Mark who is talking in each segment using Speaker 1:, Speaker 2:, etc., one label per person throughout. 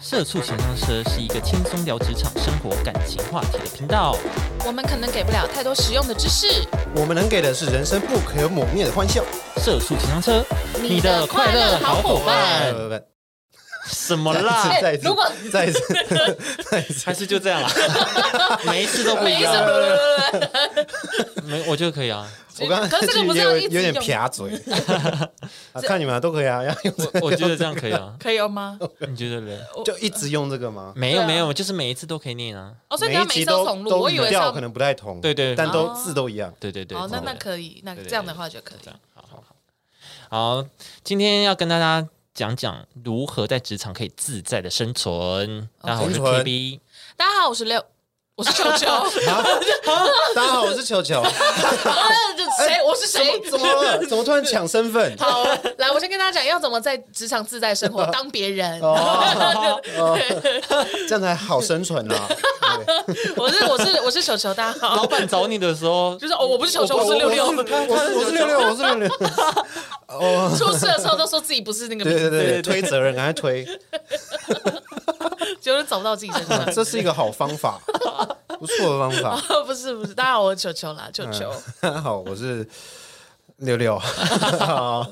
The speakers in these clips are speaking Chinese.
Speaker 1: 社畜情商车是一个轻松聊职场、生活、感情话题的频道。
Speaker 2: 我们可能给不了太多实用的知识，
Speaker 3: 我们能给的是人生不可磨灭的欢笑。
Speaker 1: 社畜情商车，
Speaker 2: 你的快乐好伙伴。
Speaker 3: 不不
Speaker 1: 什么
Speaker 3: 再
Speaker 1: 啦
Speaker 3: 一？次再一次
Speaker 2: 如果
Speaker 3: 不，再一次，再一次，
Speaker 1: 还是就这样 啦？每一次
Speaker 3: 哎
Speaker 1: 都不
Speaker 2: 每
Speaker 1: 一
Speaker 2: 一次
Speaker 1: 样。
Speaker 2: 不不不
Speaker 1: 没，我觉得可以啊。
Speaker 3: 我刚
Speaker 2: 可
Speaker 3: 刚
Speaker 2: 是这个不是要
Speaker 3: 有
Speaker 2: 一直
Speaker 3: 有点
Speaker 2: 用
Speaker 3: 撇嘴，啊看你们啊都可以啊，要用这
Speaker 1: 我我觉得这样可以 啊。
Speaker 2: 可以用吗？
Speaker 1: 你觉得嘞？
Speaker 2: 我
Speaker 3: 就一直用这个吗？
Speaker 1: 没有
Speaker 2: 对啊
Speaker 1: 没有，就是每一次都可以念啊。
Speaker 2: 哦，所以
Speaker 3: 每
Speaker 2: 你要
Speaker 3: 一
Speaker 2: 每
Speaker 3: 集
Speaker 2: 次都
Speaker 3: 都
Speaker 2: 重录，
Speaker 3: 都
Speaker 2: 我
Speaker 3: 语
Speaker 2: 以为是
Speaker 3: 调
Speaker 2: 要
Speaker 3: 可能不太同，
Speaker 1: 对对
Speaker 3: 但都
Speaker 2: 哦
Speaker 3: 字都一样。
Speaker 1: 对对对。
Speaker 2: 哦，那
Speaker 1: 对
Speaker 2: 那
Speaker 1: 对
Speaker 2: 可以，那
Speaker 1: 对对
Speaker 2: 这样的话就可以
Speaker 1: 这。样好好好。好，今天要跟大家讲讲如何在职场可以自在的生存。大家好，我
Speaker 2: 哦
Speaker 1: 是
Speaker 3: 生存
Speaker 1: KB。
Speaker 2: 大家好，我是六，我是球球，
Speaker 3: 啊大家好，我是球球。
Speaker 2: 啊这谁？我是谁？
Speaker 3: 哎怎么了？怎么突然抢身份？
Speaker 2: 好，来，我先跟大家讲，要怎么在职场自在生 活，当别人。
Speaker 3: 哦，哦这样才好生存啊！
Speaker 2: 我是我是我是球球，大家好
Speaker 1: 老，板找你的时候
Speaker 2: 就，是哦，我不是球球，我是六六。
Speaker 3: 我是我是六六，我是六六。哦，
Speaker 2: 出事的时候都说自己不是那个名
Speaker 3: 对
Speaker 2: 字，
Speaker 3: 对对
Speaker 1: 对对
Speaker 3: 对，推责任，赶快推，
Speaker 2: 结果找不到自己身上。
Speaker 3: 这是一个好方法，不错的方法。
Speaker 2: 哦不是不是，大家好，我是球球啦，球球。
Speaker 3: 好，我是六六。 好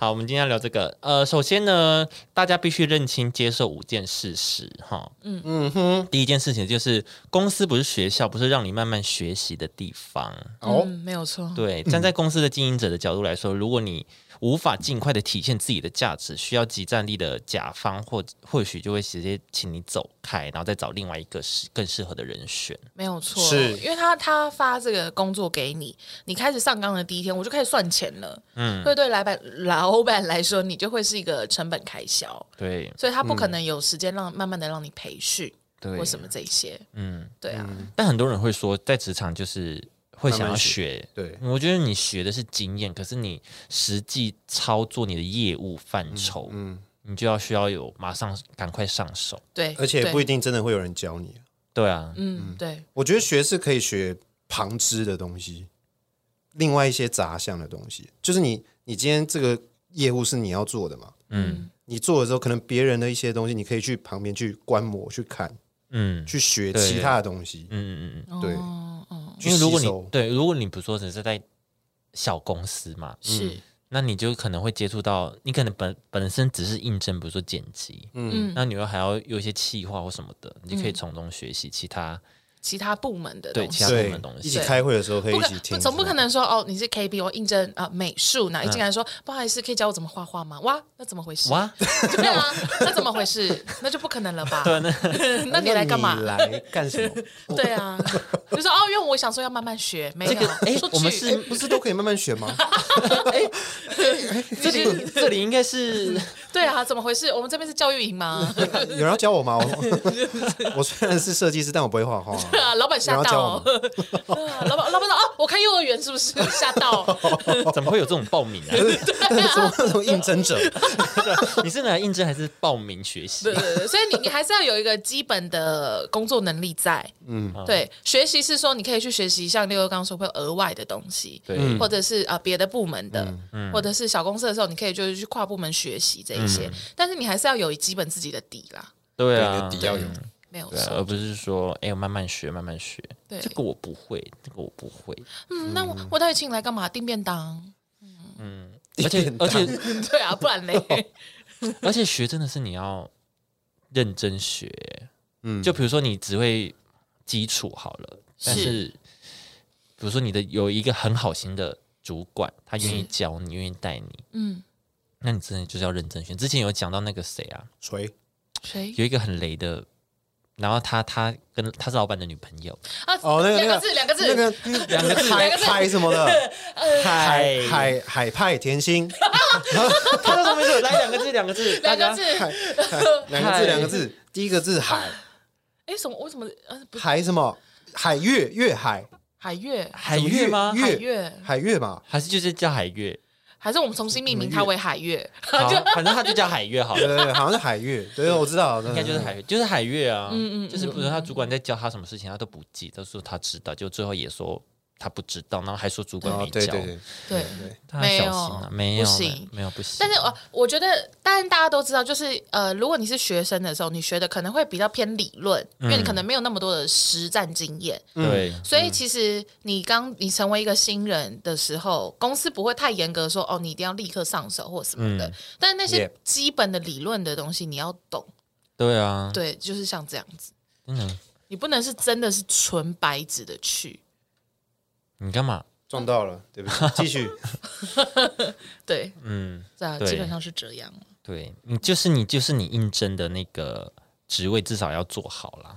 Speaker 1: 好，我们今天要聊这个。呃，首先呢，大家必须认清、接受五件事实。哈，
Speaker 3: 嗯哼，
Speaker 1: 第一件事情就是公司不是学校，不是让你慢慢学习的地方。
Speaker 3: 哦
Speaker 2: 嗯，，没有错。
Speaker 1: 对，站在公司的经营者的角度来说，如果你无法尽快的体现自己的价值，需要集战力的甲方或或许就会直接请你走开，然后再找另外一个适更适合的人选。
Speaker 2: 没有错，
Speaker 3: 是
Speaker 2: 因为他他发这个工作给你，你开始上岗的第一天，我就开始算钱了。嗯，所以对老板老板来说，你就会是一个成本开销，
Speaker 1: 对
Speaker 2: 所以他不可能有时间让、慢慢的让你培训
Speaker 1: 对
Speaker 2: 或什么这些。
Speaker 1: 嗯，
Speaker 2: 对啊，
Speaker 1: 但很多人会说，在职场就是会想
Speaker 3: 慢
Speaker 1: 要
Speaker 3: 慢
Speaker 1: 学。
Speaker 3: 对，
Speaker 1: 我觉得你学的是经验，可是你实际操作你的业务范畴，
Speaker 3: 嗯，
Speaker 1: 你就要需要有马上赶快上手。
Speaker 2: 对，
Speaker 3: 而且
Speaker 2: 对
Speaker 3: 不一定真的会有人教你。
Speaker 1: 对啊，
Speaker 2: 嗯，对，
Speaker 3: 我觉得学是可以学旁支的东西，另外一些杂项的东西，就是你你今天这个业务是你要做的嘛，
Speaker 1: 嗯
Speaker 3: 你做了之后，可能别人的一些东西，你可以去旁边去观摩、去看、
Speaker 1: 嗯
Speaker 3: 去学
Speaker 1: 对
Speaker 3: 其他的东西
Speaker 1: 嗯，嗯嗯嗯，
Speaker 3: 对
Speaker 2: 哦哦，
Speaker 3: 去
Speaker 1: 因为如果
Speaker 3: 吸
Speaker 1: 你
Speaker 3: 收
Speaker 1: 对，如果你不说只是在小公司嘛，
Speaker 2: 是，
Speaker 1: 那你就可能会接触到，你可能本本身只是应征，比如说剪辑，
Speaker 2: 嗯，
Speaker 1: 那你又还要有一些企划或什么的，你就可以从中学习其他。
Speaker 3: 嗯
Speaker 2: 其他部门的
Speaker 1: 对
Speaker 2: 东
Speaker 1: 其
Speaker 2: 西
Speaker 1: 他。
Speaker 3: 对
Speaker 1: 的东，西
Speaker 3: 一起开会的时候可以
Speaker 2: 不
Speaker 3: 一
Speaker 2: 可
Speaker 3: 起听，
Speaker 2: 总不可能说哦，你是 KB，我应征啊、呃美术，那一进来说、不好意思，可以教我怎么画画吗？哇，那怎么回事？
Speaker 1: 哇，
Speaker 2: 对啊，那怎么回事？那就不可能了吧？
Speaker 1: 对，那 啊
Speaker 2: 那你来干嘛
Speaker 3: 你？来干什 么？
Speaker 2: 对啊，就说哦，因为我想说要慢慢学，没有
Speaker 1: 这个哎
Speaker 2: 出去
Speaker 1: 我们是
Speaker 3: 哎，不是都可以慢慢学吗？
Speaker 1: 这里这里应该 是
Speaker 2: 对啊，怎么回事？我们这边是教育营 吗？
Speaker 3: 有人要教我吗？我 我虽然是设计师，但我不会画画。
Speaker 2: 对啊，老板吓到哦， 对啊老板老板说啊，我开幼儿园是 不是吓到？
Speaker 1: 怎么会有这种报名啊？
Speaker 3: 但是怎么那种应征者？
Speaker 1: 你是来应征还是报名学习
Speaker 2: 对？对对，所以你你还是要有一个基本的工作能力在。
Speaker 3: 嗯，
Speaker 2: 对，学习是说你可以去学习，像六六刚说会有额外的东西，
Speaker 1: 对
Speaker 2: 或者是啊、呃别的部门的，
Speaker 3: 嗯
Speaker 2: 或者是小公司的时候，你可以就是去跨部门学习这一些，但是你还是要有基本自己的底啦，
Speaker 1: 对
Speaker 3: 有
Speaker 1: 啊，
Speaker 3: 底要有
Speaker 2: 没有
Speaker 1: 对啊
Speaker 2: 错。
Speaker 1: 而不是说哎，我慢慢学，慢慢学。
Speaker 2: 对
Speaker 1: 这个我不会，这个我不 会。
Speaker 2: 嗯，那我我到底请你来干嘛？订便当？
Speaker 1: 而且而且
Speaker 2: 对啊，不然嘞，
Speaker 1: 而且学真的是你要认真学。
Speaker 3: 嗯
Speaker 1: 就比如说你只会基础好了，但
Speaker 2: 是
Speaker 1: 是比如说你的有一个很好心的主管，他愿意教你，愿意带你，
Speaker 2: 嗯，
Speaker 1: 那你真的就是要认真学。之前有讲到那个谁啊，
Speaker 3: 锤
Speaker 2: 谁
Speaker 1: 有一个很雷的，然后他他跟他是老板的女朋友，
Speaker 2: 啊？
Speaker 3: 哦，那个
Speaker 2: 两
Speaker 3: 那
Speaker 2: 个字，两个字，呃
Speaker 3: 那个
Speaker 1: 两个字
Speaker 3: 海海什么的，海
Speaker 1: 嗨，
Speaker 3: 海海派甜心，
Speaker 1: 他叫什么名字？来两个字，两个字，
Speaker 2: 两
Speaker 1: 大
Speaker 2: 个
Speaker 1: 家
Speaker 2: 字。
Speaker 3: 海两个
Speaker 1: 嗨
Speaker 3: 字两个字，第一个字海
Speaker 2: 哎，什么？为什么？呃，不是
Speaker 3: 海什么海月月海
Speaker 2: 海月，
Speaker 1: 海月吗？
Speaker 3: 月
Speaker 2: 海月，
Speaker 3: 海月嘛，
Speaker 1: 还是就是叫海 月？
Speaker 2: 还是我们重新命名它为海月？
Speaker 1: 好，反正他就叫海月好
Speaker 3: 对
Speaker 1: 了。
Speaker 3: 对对，好像是海月，对，我知道，嗯应
Speaker 1: 应该就是海月，就是海月啊，
Speaker 2: 嗯嗯嗯
Speaker 1: 就是比如说他主管在教他什么事情，他都不记，都说他知道，就最后也说他不知道，然后还说主管
Speaker 3: 哦
Speaker 1: 没，
Speaker 3: 对
Speaker 1: 教，
Speaker 3: 对对
Speaker 2: 对。
Speaker 3: 对，
Speaker 1: 大家小心啊，没有
Speaker 2: 不行
Speaker 1: 没有不行。啊
Speaker 2: 但是呃，我觉得，当然大家都知道，就是呃，如果你是学生的时候，你学的可能会比较偏理论，因为你可能没有那么多的实战经验，
Speaker 1: 对，
Speaker 2: 所以其实你刚你成为一个新人的时候，公司不会太严格说哦，你一定要立刻上手或什么的，但那些
Speaker 3: Yep
Speaker 2: 基本的理论的东西你要懂，
Speaker 1: 对啊，
Speaker 2: 对，就是像这样子，
Speaker 1: 嗯，
Speaker 2: 你不能是真的是纯白纸的去，
Speaker 1: 你干嘛？
Speaker 3: 撞到了，对不起，继续。
Speaker 2: 对，
Speaker 1: 嗯，
Speaker 2: 这样
Speaker 1: 对
Speaker 2: 基本上是这样。
Speaker 1: 对你就是你就是你应征的那个职位，至少要做好啦。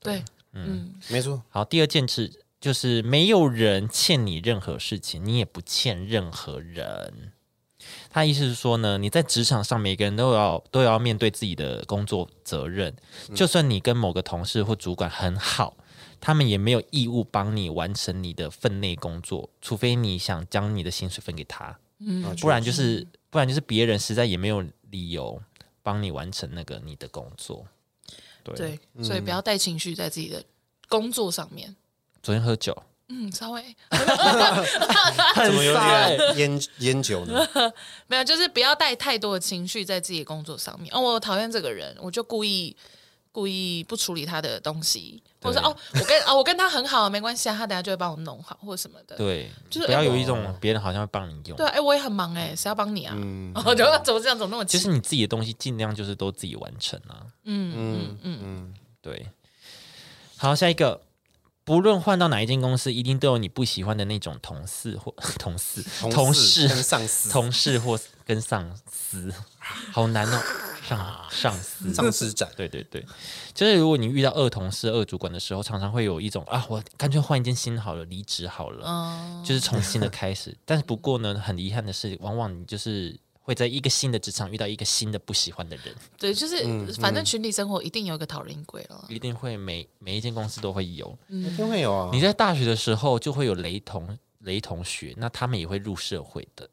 Speaker 2: 对，嗯，
Speaker 3: 没错，
Speaker 1: 好，第二件事就是没有人欠你任何事情，你也不欠任何人。他意思是说呢，你在职场上，每个人都要都要面对自己的工作责任。就算你跟某个同事或主管很好，他们也没有义务帮你完成你的分内工作，除非你想将你的薪水分给他，
Speaker 3: 啊
Speaker 1: 不然就是不然就是别人实在也没有理由帮你完成那个你的工作。
Speaker 2: 对，所以不要带情绪在自己的工作上面。
Speaker 1: 昨天喝酒，
Speaker 2: 嗯，稍微
Speaker 3: 怎
Speaker 1: 很
Speaker 3: 么有
Speaker 1: 傻欸
Speaker 3: 点烟烟酒呢？
Speaker 2: 没有，就是不要带太多的情绪在自己的工作上面。哦，我讨厌这个人，我就故意故意不处理他的东西，或者
Speaker 1: 对
Speaker 2: 说哦，我跟哦我跟他很好，没关系啊，他等下就会帮我弄好或什么的。
Speaker 1: 对，
Speaker 2: 就是
Speaker 1: 不要
Speaker 2: 哎
Speaker 1: 有一种别人好像会帮你用，
Speaker 2: 对啊，哎，我也很忙哎，谁要帮你啊？
Speaker 3: 嗯
Speaker 2: 哦，怎么怎么这样，怎么那么
Speaker 1: 就
Speaker 2: 急
Speaker 1: 是？你自己的东西尽量就是都自己完成啊。
Speaker 3: 嗯嗯
Speaker 1: 对，好，下一个，不论换到哪一间公司，一定都有你不喜欢的那种同事或同事、
Speaker 3: 嗯，
Speaker 1: 同
Speaker 3: 事跟
Speaker 1: 事、
Speaker 3: 上司，
Speaker 1: 同事或跟上 司，好难哦，上上司。
Speaker 3: 上司斩，
Speaker 1: 对对对，就是如果你遇到恶同事、恶主管的时候，常常会有一种啊，我干脆换一间新好了，离职好了。
Speaker 2: 嗯，
Speaker 1: 就是从新的开始。但是不过呢，很遗憾的是，往往你就是会在一个新的职场遇到一个新的不喜欢的人，
Speaker 2: 对，就是
Speaker 3: 嗯
Speaker 2: 反正群体生活一定有一个讨人鬼了。
Speaker 1: 一定会每每一间公司都会有。
Speaker 3: 一定会有啊
Speaker 1: 你。在大学的时候就会有雷同雷同学，那他们也会入社会的，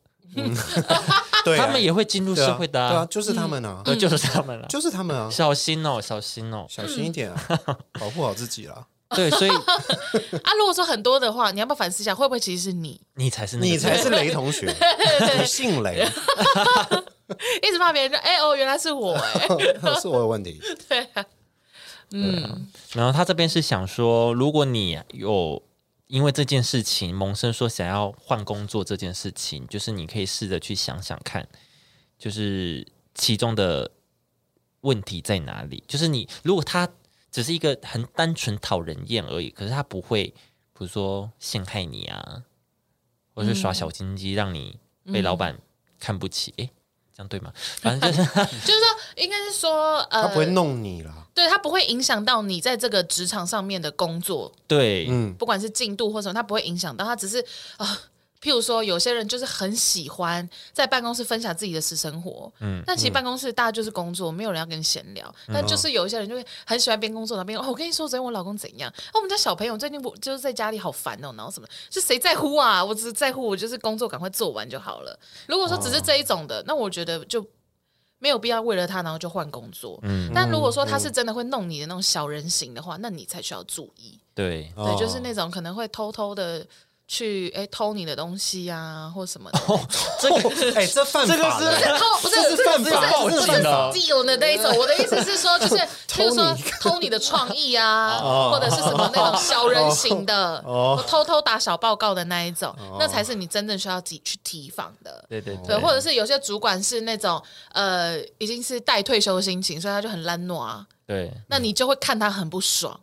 Speaker 3: 对啊，
Speaker 1: 他们也会进入
Speaker 3: 对啊
Speaker 1: 社会的、
Speaker 3: 对啊，就是他们啊，
Speaker 1: 呃就是他们了。
Speaker 3: 就是他们啊，
Speaker 1: 小心哦，小心哦！
Speaker 3: 小心一 点啊，保护好自己啦。
Speaker 1: 对， 所以
Speaker 2: 啊，如果说很多的话，你要不要反思一下，会不会其实是你
Speaker 1: 你才是那个
Speaker 3: 你才
Speaker 1: 人
Speaker 3: 是雷 同学，你姓雷，
Speaker 2: 一直怕别人说，哎哦，原来是我哎，
Speaker 3: 是我有问题。
Speaker 2: 对啊，嗯，
Speaker 1: 然后他这边是想说，如果你有因为这件事情萌生说想要换工作这件事情，就是你可以试着去想想看，就是其中的问题在哪里。就是你如果他只是一个很单纯讨人厌而已，可是他不会，比如说陷害你啊，或是耍小心机让你被老板看不起，诶，这样对吗？反正就是
Speaker 2: 就是说，应该是说，呃，
Speaker 3: 他不会弄你啦，
Speaker 2: 对它不会影响到你在这个职场上面的工作，
Speaker 1: 对，
Speaker 3: 嗯，
Speaker 2: 不管是进度或什么，它不会影响到。它只是啊、譬如说有些人就是很喜欢在办公室分享自己的私生活，嗯，哦但其实办公室大家就是工作，没有人要跟你闲聊。但就是有一些人就会很喜欢边工作然后边哦，我跟你说昨天我老公怎样，哦，我们家小朋友最近不就是在家里好烦哦，然后什么，是谁在乎啊？我只是在乎我就是工作赶快做完就好了。如果说只是这一种的，那我觉得就没有必要为了他然后就换工作。嗯，但如果说他是真的会弄你的那种小人型的话，那你才需要注意。
Speaker 1: 对，
Speaker 3: 哦
Speaker 2: 对，就是那种可能会偷偷的去哎偷你的东西啊，或什么 的。偷
Speaker 1: 这个
Speaker 3: 哎，这犯
Speaker 1: 这个
Speaker 3: 法
Speaker 1: 是
Speaker 3: 了，
Speaker 2: 不是
Speaker 3: 哦这是犯
Speaker 2: 不
Speaker 3: 法
Speaker 2: 不是
Speaker 3: 这是犯法
Speaker 2: 不是 steal 的 那一种。我的意思是说，就是譬如说
Speaker 3: 偷你哦
Speaker 2: 偷你的创意啊，或者是什么那种小人型的，或偷偷打小报告的那一种，
Speaker 3: 哦
Speaker 2: 那才是你真正需要自己去提防的。
Speaker 1: 对对
Speaker 2: 对，或者是有些主管是那种呃，已经是带退休心情，所以他就很懒惰啊。
Speaker 1: 对
Speaker 2: 那你就会看他很不爽。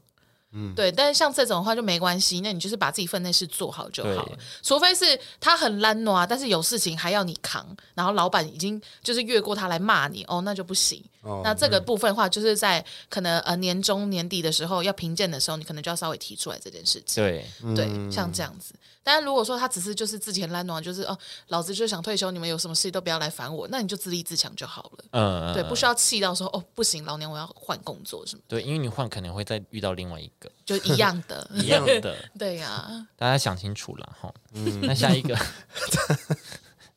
Speaker 2: 嗯，对，但是像这种的话就没关系，那你就是把自己分内事做好就好了
Speaker 1: 对。
Speaker 2: 除非是他很懒惰啊，但是有事情还要你扛，然后老板已经就是越过他来骂你，哦，那就不行。
Speaker 3: 哦
Speaker 2: 那这个部分的话，就是在可能呃年终年底的时候要评鉴的时候，你可能就要稍微提出来这件事情。
Speaker 1: 对，
Speaker 3: 嗯
Speaker 2: 对，像这样子。但是如果说他只是就是之前懒惰啊，就是哦，老子就想退休，你们有什么事都不要来烦我，那你就自立自强就好了。
Speaker 1: 嗯，
Speaker 2: 对，不需要气到说哦，不行，老娘我要换工作什么的。
Speaker 1: 对，因为你换可能会再遇到另外一个
Speaker 2: 就一样的，
Speaker 1: 一样的，
Speaker 2: 对呀、
Speaker 1: 大家想清楚了 哈。
Speaker 3: 嗯
Speaker 1: 那下一个，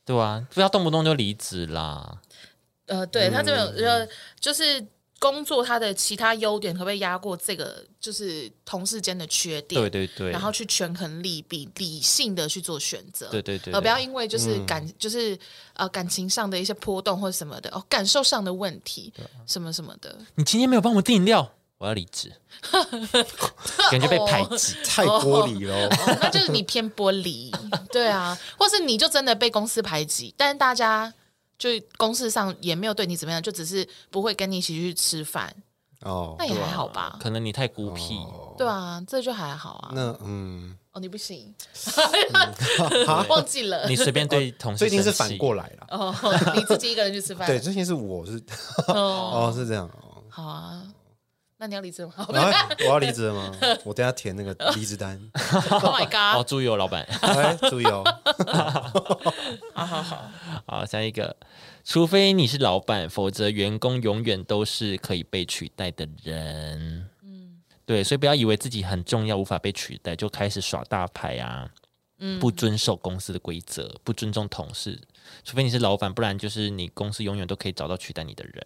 Speaker 1: 对啊，不要动不动就离职啦。嗯
Speaker 2: 呃，对他这种呃，就是工作它的其他优点可不可以压过这个，就是同事间的缺点？
Speaker 1: 对对对，
Speaker 2: 然后去权衡利弊，理性的去做选择。
Speaker 1: 对对对嗯
Speaker 2: 呃，不
Speaker 1: 对
Speaker 2: 要因为就是感、就是呃感情上的一些波动或者什么的哦，感受上的问题，
Speaker 1: 啊
Speaker 2: 什么什么 的，
Speaker 1: 你今天没有帮我订饮料，我要离职， 感觉被排挤。
Speaker 3: 太玻璃了哦。
Speaker 2: 哦那就是你偏玻璃， 对啊，或是你就真的被公司排挤，但是大家就公事上也没有对你怎么样，就只是不会跟你一起去吃饭，
Speaker 3: 哦
Speaker 2: 那也还好吧？
Speaker 1: 可能你太孤僻，
Speaker 2: 对啊，这就还好啊。
Speaker 3: 那嗯，
Speaker 2: 哦，你不行，
Speaker 1: 对
Speaker 2: 忘记了
Speaker 1: 你随便对同事
Speaker 3: 最近是
Speaker 1: 生气
Speaker 3: 反过来了。
Speaker 2: 哦，你自己一个人去吃饭，
Speaker 3: 对，最近是我是
Speaker 2: 哦，
Speaker 3: 哦，是这样哦。
Speaker 2: 好啊，那你要离职吗
Speaker 3: 然后我要离职了吗？我等下填那个离职单。
Speaker 2: ？Oh my
Speaker 1: 哦，
Speaker 2: god！
Speaker 1: 注意哦，老板。
Speaker 3: 哎，注意哦，
Speaker 2: 好好好，
Speaker 1: 好，下一个，除非你是老板，否则员工永远都是可以被取代的人。嗯，对，所以不要以为自己很重要，无法被取代，就开始耍大牌啊。嗯，不遵守公司的规则，不尊重同事，除非你是老板，不然就是你公司永远都可以找到取代你的人。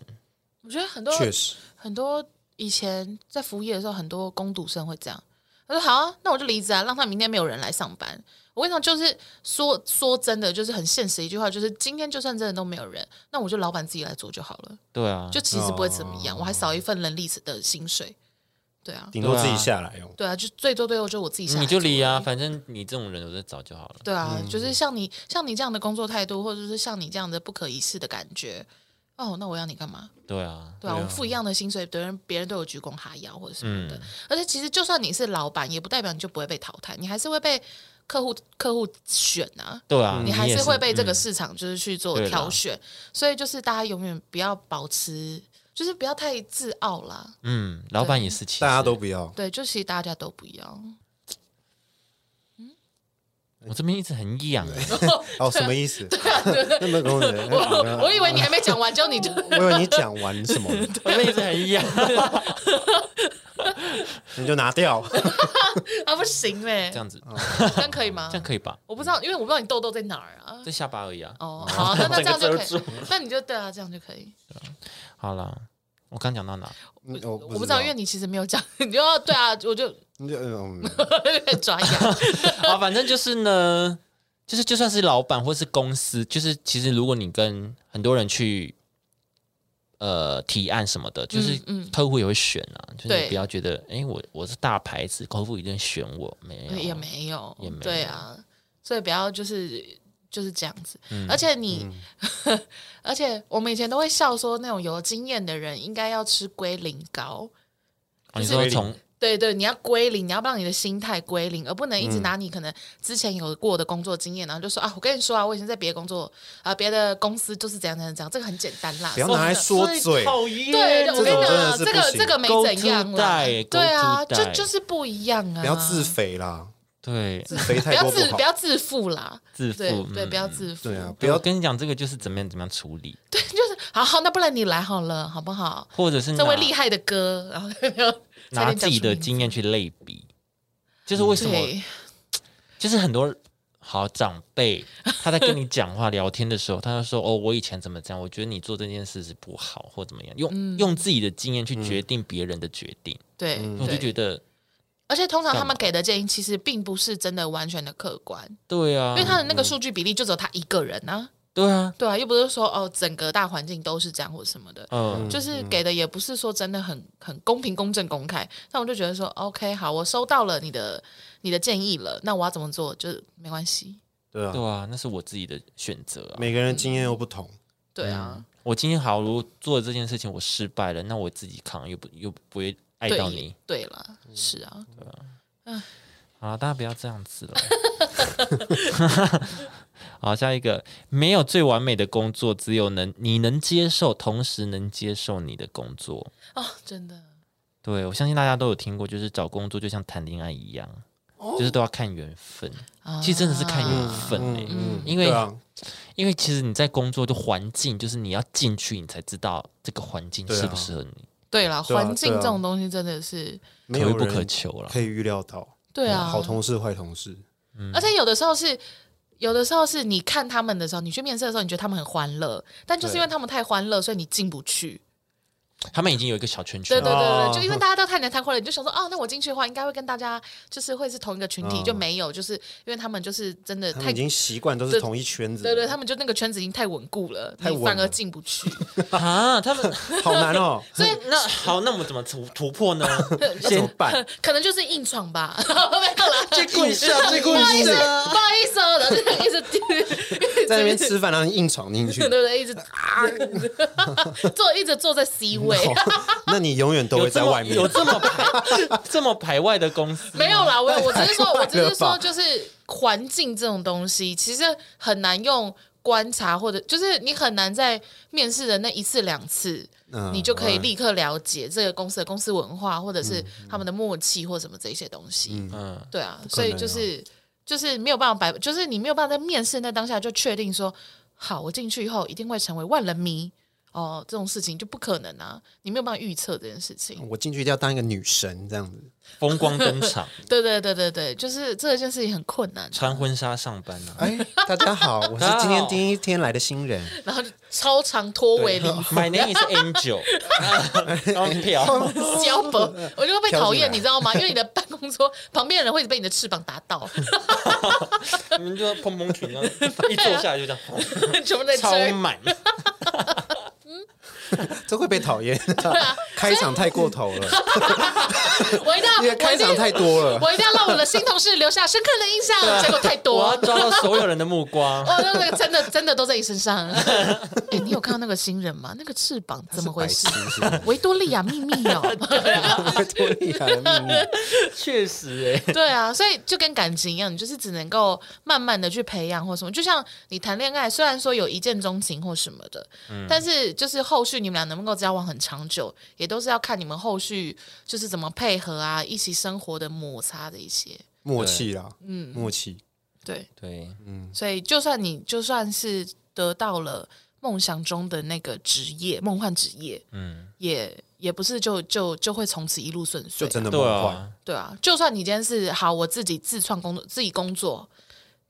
Speaker 2: 我觉得很多
Speaker 3: 确实，
Speaker 2: 很多以前在服务业的时候，很多工读生会这样。他说：“好啊、那我就离职啊，让他明天没有人来上班。”我跟你讲，就是说说真的，就是很现实一句话，就是今天就算真的都没有人，那我就老板自己来做就好了，
Speaker 1: 对啊，
Speaker 2: 就其实不会怎么样，
Speaker 3: 哦
Speaker 2: 我还少一份人力的薪水。对啊，
Speaker 3: 顶多自己下来哦。
Speaker 2: 对啊，就最多最多就我自己下来
Speaker 1: 你就离
Speaker 2: 做而
Speaker 1: 啊，
Speaker 2: 已
Speaker 1: 反嗯正你这种人我在找就好了。
Speaker 2: 对啊，就是像你像你这样的工作态度，或者是像你这样的不可一世的感觉，哦，那我要你干嘛？
Speaker 1: 对啊，嗯
Speaker 2: 对啊，我付一样的薪水，别人别人对我鞠躬哈腰或者什么的。而且其实就算你是老板，也不代表你就不会被淘汰，你还是会被客户客户选啊。
Speaker 1: 对啊，
Speaker 2: 你还
Speaker 1: 也
Speaker 2: 是会被这个
Speaker 1: 嗯
Speaker 2: 市场就是去做
Speaker 1: 对啦
Speaker 2: 挑选，所以就是大家永远不要保持，就是不要太自傲啦。
Speaker 1: 嗯，老板也是，其实
Speaker 3: 大家都不要，
Speaker 2: 对，啊就其实大家都不要。
Speaker 1: 我这边一直很痒 欸，
Speaker 3: 哦，什么意 思？那么多人，
Speaker 2: 啊我我以为你还没讲完，就你 就
Speaker 3: 我以为你讲完 什么，
Speaker 1: 我这边一直很 痒。
Speaker 3: 你就 拿掉。
Speaker 2: 啊不行嘞、
Speaker 1: 这样子，
Speaker 2: 这样可以吗？
Speaker 1: 这样可以吧？
Speaker 2: 我不知道，因为我不知道你痘痘在哪儿啊。
Speaker 1: 这下巴而已啊。
Speaker 2: 哦， 好，那那这样就可
Speaker 1: 整
Speaker 2: 以，那你就对啊，这样就可以。
Speaker 1: 好啦，我刚讲到哪？
Speaker 3: 嗯
Speaker 2: 我
Speaker 3: 我
Speaker 2: 不知道，因为你其实没有讲，你就要对啊， 我就
Speaker 3: 你就嗯，
Speaker 2: 抓痒。
Speaker 1: 啊，反正就是呢，就是就算是老板或是公司，就是其实如果你跟很多人去呃提案什么的，就是
Speaker 2: 嗯嗯
Speaker 1: 客户也会选啊，就是
Speaker 2: 对
Speaker 1: 你不要觉得哎、诶我我是大牌子，客户一定选我，没有哦
Speaker 2: 也没有，
Speaker 1: 也没有
Speaker 2: 对啊，所以不要就是就是这样子。
Speaker 1: 嗯
Speaker 2: 而且你， 而且我们以前都会笑说，那种有经验的人应该要吃龟苓膏。
Speaker 1: 哦你说从
Speaker 2: 对对，你要归零，你要让你的心态归零，而不能一
Speaker 3: 嗯
Speaker 2: 直拿你可能之前有过的工作经验，然后就说啊，我跟你说啊，我以前在别的工作啊、别的公司就是怎样怎样怎样，这个很简单啦
Speaker 3: 不。要拿来说嘴。
Speaker 1: 讨厌
Speaker 2: 对，对我跟你
Speaker 3: 这种真
Speaker 2: 讲
Speaker 3: 的
Speaker 2: 啊，这个
Speaker 3: 是不行
Speaker 2: 这个没
Speaker 1: Go
Speaker 2: 怎
Speaker 1: to
Speaker 2: 样啦，
Speaker 1: die，
Speaker 2: 对啊，
Speaker 1: go to
Speaker 2: 就
Speaker 1: die
Speaker 2: 就是不一样啊，
Speaker 3: 不要自肥啦，
Speaker 1: 对
Speaker 3: 自肥
Speaker 2: 不
Speaker 3: 太
Speaker 2: 要
Speaker 3: 多 不
Speaker 2: 自
Speaker 3: 好
Speaker 2: 不。要自负啦，
Speaker 1: 自负
Speaker 2: 对对，
Speaker 1: 嗯
Speaker 2: 不要自负，
Speaker 3: 对啊，不
Speaker 1: 对我
Speaker 3: 要
Speaker 1: 跟你讲这个就是怎么样怎么样处理，
Speaker 2: 对，就是好好，那不然你来好了，好不好？
Speaker 1: 或者是
Speaker 2: 这位
Speaker 1: 拿
Speaker 2: 厉害的哥，然后 差
Speaker 1: 啊拿
Speaker 2: 点
Speaker 1: 自
Speaker 2: 讲
Speaker 1: 己
Speaker 2: 出
Speaker 1: 的
Speaker 2: 名字
Speaker 1: 经验去类比，就是为什么
Speaker 2: 对
Speaker 1: 就是很多好长辈，他在跟你讲话聊天的时候，他就说：“哦，我以前怎么这样？我觉得你做这件事是不好，或怎么样。用”用、
Speaker 2: 嗯
Speaker 1: 自己的经验去决定别人的决定，
Speaker 2: 对，
Speaker 3: 嗯
Speaker 1: 我就觉
Speaker 2: 嗯对
Speaker 1: 得
Speaker 2: 而且通常他
Speaker 1: 干嘛
Speaker 2: 们给的建议其实并不是真的完全的客观，
Speaker 1: 对啊
Speaker 2: 因为，他的那个数据比例就只有他一个人啊，
Speaker 1: 对啊，
Speaker 2: 对啊，又不是说哦整个大环境都是这样或者什么的，
Speaker 1: 嗯，
Speaker 2: 就是给的也不是说真的很很公平、公正、公开。那我就觉得说，OK，好，我收到了你的你的建议了，那我要怎么做就没关系，
Speaker 3: 对啊
Speaker 1: 对，啊，那是我自己的选择啊。
Speaker 3: 每个人经验又不同，
Speaker 2: 对啊，
Speaker 1: 我今天好，如果做这件事情我失败了，那我自己扛，又不又不会爱
Speaker 2: 对
Speaker 1: 到
Speaker 2: 也
Speaker 1: 你。嗯
Speaker 2: 对了，是啊，
Speaker 1: 好了，大家不要这样子了。 好，下一个，没有最完美的工作，只有能你能接受，同时能接受你的工作。
Speaker 2: 哦，真的，
Speaker 1: 对，我相信大家都有听过，就是找工作就像谈恋爱一样，
Speaker 3: 哦
Speaker 1: 就是都要看缘分。其实真的是看
Speaker 2: 啊
Speaker 1: 缘分嘞、因为、
Speaker 3: 对啊，
Speaker 1: 因为其实你在工作的环境，就是你要进去，你才知道这个环境
Speaker 3: 对啊
Speaker 1: 适不适合你，
Speaker 2: 对了，
Speaker 3: 对啊
Speaker 2: 环境
Speaker 3: 对啊
Speaker 2: 这种东西真的是，
Speaker 3: 没
Speaker 1: 可
Speaker 3: 有
Speaker 1: 遇不可
Speaker 3: 人
Speaker 1: 求了。
Speaker 3: 可以预料到，
Speaker 2: 对啊，
Speaker 3: 好同事坏同事，
Speaker 2: 而且有的时候是，有的时候是你看他们的时候，你去面试的时候，你觉得他们很欢乐，但就是因为他们太欢乐，所以你进不去。
Speaker 1: 他们已经有一个小圈圈
Speaker 2: 对
Speaker 1: 了，
Speaker 2: 对对
Speaker 3: 哦
Speaker 2: 对，就因为大家都太难太快了，你就想说，哦，那我进去的话，应该会跟大家就是会是同一个群体，
Speaker 3: 嗯
Speaker 2: 就没有，就是因为他们就是真的
Speaker 3: 他
Speaker 2: 太
Speaker 3: 们已，经习惯都是
Speaker 2: 对
Speaker 3: 同一圈子，
Speaker 2: 对对，他们就那个圈子已经太稳固了，
Speaker 3: 太稳
Speaker 2: 你反而
Speaker 3: 了
Speaker 2: 进不去。
Speaker 1: 啊，他们
Speaker 3: 好难哦。
Speaker 2: 所以
Speaker 1: 那 好，那我们怎么突突破 呢？
Speaker 3: 怎么办？
Speaker 2: 可能就是硬闯吧， 没有啦，
Speaker 3: 这跪下，这
Speaker 2: 不
Speaker 3: 跪
Speaker 2: 好意思，
Speaker 3: 下，
Speaker 2: 不好意思哦，然后就一直 丢，
Speaker 3: 在那边吃饭，然后硬 闯进去哦
Speaker 2: 对，对对，一直啊，坐一直坐在 C 位，
Speaker 3: 那你永远都
Speaker 1: 有
Speaker 3: 会
Speaker 1: 这
Speaker 3: 在
Speaker 1: 么
Speaker 3: 外面。
Speaker 1: 有这么排 这么排外的公司，
Speaker 2: 没有 啦，我我只是说，
Speaker 3: 太快了吧
Speaker 2: 我只是说，就是环境这种东西，其实很难用观察或者就是你很难在面试的那一次两次。
Speaker 3: 嗯嗯
Speaker 2: 你就可以立刻了解这个公司的公司文化，或者是他们的默契或什么这些东西。
Speaker 1: 嗯，
Speaker 2: 对啊，
Speaker 3: 可
Speaker 2: 所
Speaker 3: 能
Speaker 2: 以就是就是没有办法百，就是你没有办法在面试那当下就确定说，好，我进去以后一定会成为万人迷哦，这种事情就不可能啊，你没有办法预测这件事情。
Speaker 3: 我进去一定要当一个女神这样子，
Speaker 1: 风光登场，
Speaker 2: 对对对对对，就是这件事情很困难，啊
Speaker 1: 穿婚纱上班啊，
Speaker 3: 哎，大家好，我是
Speaker 1: 大家好
Speaker 3: 今天第一天来的新人。
Speaker 2: 然后就超长拖尾离
Speaker 1: My name is Angel，刚飘，
Speaker 2: 胶本， 我就会被讨
Speaker 3: 飘进来
Speaker 2: 厌，你知道吗？因为你的办公桌旁边的人会被你的翅膀打 到，
Speaker 1: 你们就蓬蓬裙这样，一坐下来就这样，
Speaker 2: 全部在
Speaker 1: 超
Speaker 2: 追。
Speaker 1: 满，
Speaker 3: 这会被讨厌，开场太过头了，
Speaker 2: 我一定要，
Speaker 3: 因为
Speaker 2: 我
Speaker 3: 开
Speaker 2: 一定
Speaker 3: 场太多了。
Speaker 2: 我一定要让我的新同事留下深刻的印 象。结果太多，
Speaker 1: 我要抓到所有人的目光。
Speaker 2: 哦，那那个真的真的都在你身上。 哎、你有看到那个新人吗？那个翅膀怎么回事
Speaker 3: 白？痴是不是
Speaker 2: 维多利亚秘密哦，
Speaker 3: 维多利亚的秘密，
Speaker 1: 确实哎、
Speaker 2: 对啊，所以就跟感情一样，你就是只能够慢慢的去培养或什么。就像你谈恋爱，虽然说有一见钟情或什么的，
Speaker 3: 嗯
Speaker 2: 但是就是后续你们俩能不能够交往很长久，也都是要看你们后续就是怎么配合啊，一起生活的摩擦的一些。
Speaker 3: 默契啦，嗯，默契。
Speaker 2: 对，
Speaker 1: 对，
Speaker 3: 嗯
Speaker 2: 所以就算你就算是得到了梦想中的那个职业，梦幻职业，
Speaker 1: 嗯，
Speaker 2: 也也不是就就就会从此一路顺遂
Speaker 3: 就
Speaker 2: 啊、
Speaker 3: 真的
Speaker 1: 对
Speaker 3: 梦幻，
Speaker 1: 啊，
Speaker 2: 对啊，就算你今天是好，我自己自创工作，自己工作，